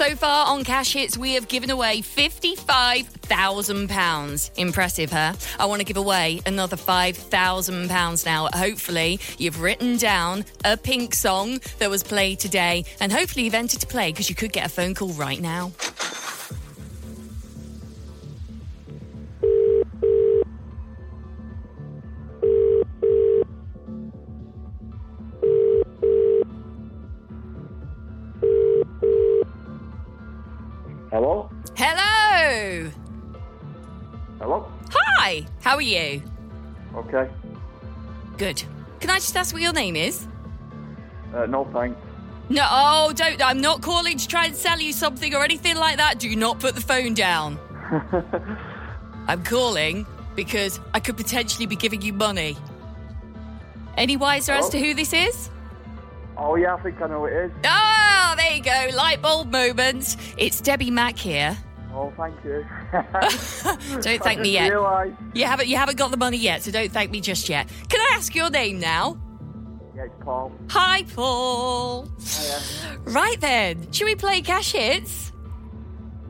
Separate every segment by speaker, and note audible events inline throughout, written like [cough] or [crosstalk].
Speaker 1: So far on Cash Hits, we have given away £55,000. Impressive, huh? I want to give away another £5,000 now. Hopefully, you've written down a pink song that was played today, and hopefully, you've entered to play because you could get a phone call right now.
Speaker 2: Hello?
Speaker 1: Hello!
Speaker 2: Hello?
Speaker 1: Hi! How are you?
Speaker 2: Okay.
Speaker 1: Good. Can I just ask what your name is?
Speaker 2: Uh, no thanks.
Speaker 1: No, oh, don't. I'm not calling to try and sell you something or anything like that. Do not put the phone down. I'm calling because I could potentially be giving you money. Any wiser as
Speaker 2: Oh.
Speaker 1: to who this is?
Speaker 2: Oh, yeah, I think I know what it is.
Speaker 1: Ah, there you go. Light bulb moment. It's Debbie Mack here.
Speaker 2: Oh, thank you.
Speaker 1: [laughs] Don't
Speaker 2: [laughs]
Speaker 1: thank me yet.
Speaker 2: Realize.
Speaker 1: You haven't you haven't got the money yet, so don't thank me just yet. Can I ask your name now?
Speaker 2: Yeah, it's Paul.
Speaker 1: Hi, Paul. Right then, should we play cash hits?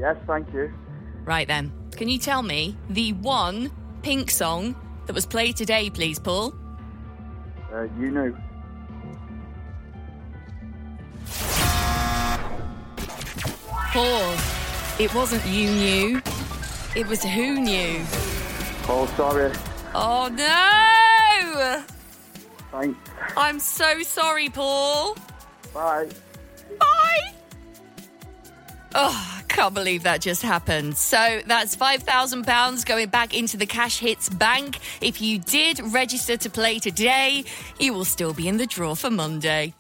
Speaker 2: Yes, thank you.
Speaker 1: Right then, can you tell me the one pink song that was played today, please, Paul?
Speaker 2: Uh, you knew.
Speaker 1: Paul, it wasn't you knew, it was who knew.
Speaker 2: Oh, sorry.
Speaker 1: Oh no!
Speaker 2: Thanks.
Speaker 1: I'm so sorry, Paul.
Speaker 2: Bye.
Speaker 1: Bye. Oh, I can't believe that just happened. So that's £5,000 going back into the Cash Hits Bank. If you did register to play today, you will still be in the draw for Monday.